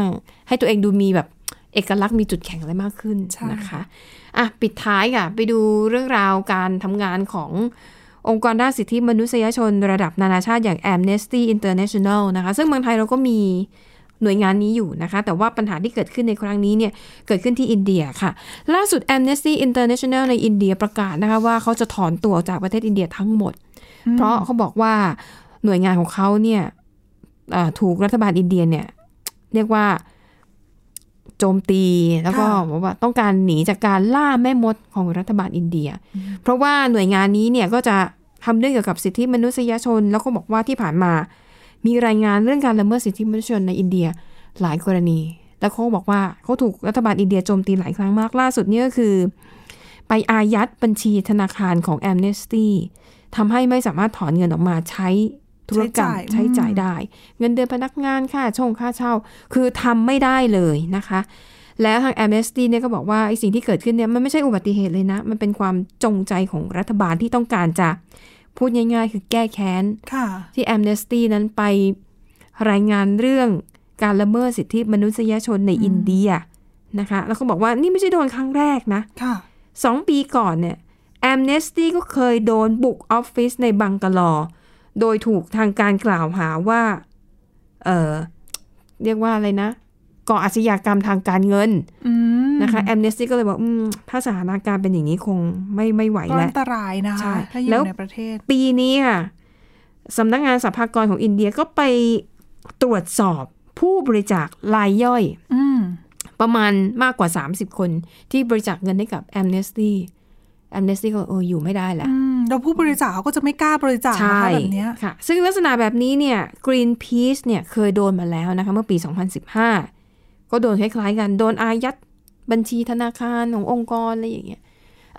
Speaker 2: ให้ตัวเองดูมีแบบเอกลักษณ์มีจุดแข็งอะไรมากขึ้นนะคะ อ่ะ ปิดท้ายค่ะ ไปดูเรื่องราวการทำงานของ องค์กรด้านสิทธิมนุษยชนระดับนานาชาติอย่าง Amnesty International นะคะ ซึ่งเมืองไทยเราก็มีหน่วยงานนี้อยู่นะคะ แต่ว่าปัญหาที่เกิดขึ้นในครั้งนี้เนี่ย เกิดขึ้นที่อินเดียค่ะ ล่าสุด Amnesty International ในอินเดียประกาศนะคะว่าเขาจะถอนตัวออกจากประเทศอินเดียทั้งหมด เพราะเขาบอกว่าหน่วยงานของเขาเนี่ยเอ่อถูกรัฐบาลอินเดียเนี่ย เรียกว่าโจมตีแล้วก็
Speaker 3: ค่ะ
Speaker 2: บอกว่าต้องการหนีจากการล่าแม่มดของรัฐบาลอินเดีย เพราะว่าหน่วยงานนี้เนี่ยก็จะทำเรื่องเกี่ยวกับสิทธิมนุษยชน แล้วก็บอกว่าที่ผ่านมา มีรายงานเรื่องการละเมิดสิทธิมนุษยชนในอินเดียหลายกรณี แล้วเขาบอกว่าเขาถูกรัฐบาลอินเดียโจมตีหลายครั้งมากล่าสุดนี่ก็คือ ไปอายัดบัญชีธนาคารของ Amnesty ทำให้ไม่สามารถถอนเงินออกมาใช้ธุรกรรม
Speaker 3: ใช้
Speaker 2: ใช้จ่า
Speaker 3: จ่าย ย
Speaker 2: ได้ เงินเดือนพนักงานค่าช่องค่าเช่า คือทำไม่ได้เลยนะคะ แล้วทาง Amnesty เนี่ยก็บอกว่าไอ้สิ่งที่เกิดขึ้นเนี่ยมันไม่ใช่อุบัติเหตุเลยนะ มันเป็นความจงใจของรัฐบาลที่ต้องการจะพูดง่ายๆ คือแก้แค้น
Speaker 3: ค่ะ
Speaker 2: ที่ Amnesty นั้นไปรายงานเรื่องการละเมิดสิทธิมนุษยชนในอินเดียนะคะ แล้วก็บอกว่านี่ไม่ใช่โดนครั้งแรกนะ
Speaker 3: ค่ะ
Speaker 2: สองปีก่อนเนี่ย Amnesty ก็เคยโดนบุกออฟฟิศในบังกลอ โดยถูกทางการกล่าวหาว่า เออเรียกว่าอะไรนะ ก่ออาชญากรรมทางการเงิน
Speaker 3: อืม
Speaker 2: นะคะแอมเนสตี้ก็เลยบอกอมถ้าสถานการณ์เป็นอย่างนี้คงไม่ไม่ไหว
Speaker 3: ก็
Speaker 2: แล้
Speaker 3: อั
Speaker 2: ว
Speaker 3: นตรายนะ
Speaker 2: ใช่
Speaker 3: คะถ้าอ
Speaker 2: แล้ว
Speaker 3: ยู่ในประเทศ
Speaker 2: ปีนี้ค่ะสำนักงานสรรพากรของอินเดียก็ไปตรวจสอบผู้บริจาครายย่อย
Speaker 3: อืม
Speaker 2: ประมาณมากกว่า 30 คนที่บริจาคเงินให้กับ Amnesty Amnesty ก็เอออยู่ไม่ได้แล้ว
Speaker 3: อืมแล้วผู้บริจาคเขาก็จะไม่กล้าบริจาคนะคะแบบเนี้ย
Speaker 2: ค่ะ ซึ่งลักษณะแบบนี้เนี่ย Greenpeace เนี่ยเคยโดนมาแล้วนะคะ เมื่อปี 2015 ก็โดนคล้ายๆกัน โดนอายัดบัญชีธนาคารขององค์กรอะไรอย่างเงี้ย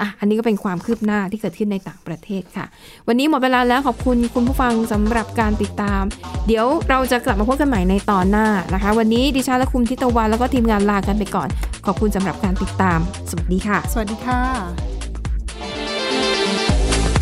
Speaker 2: อ่ะ อันนี้ก็เป็นความคืบหน้าที่เกิดขึ้นในต่างประเทศค่ะ วันนี้หมดเวลาแล้วขอบคุณคุณผู้ฟังสำหรับการติดตาม เดี๋ยวเราจะกลับมาพบกันใหม่ในตอนหน้านะคะ วันนี้ดิฉันและคุณทิตวันแล้วก็ทีมงานลากันไปก่อน ขอบคุณสำหรับการติดตาม สวัสดีค่ะ
Speaker 3: สวัสดีค่ะ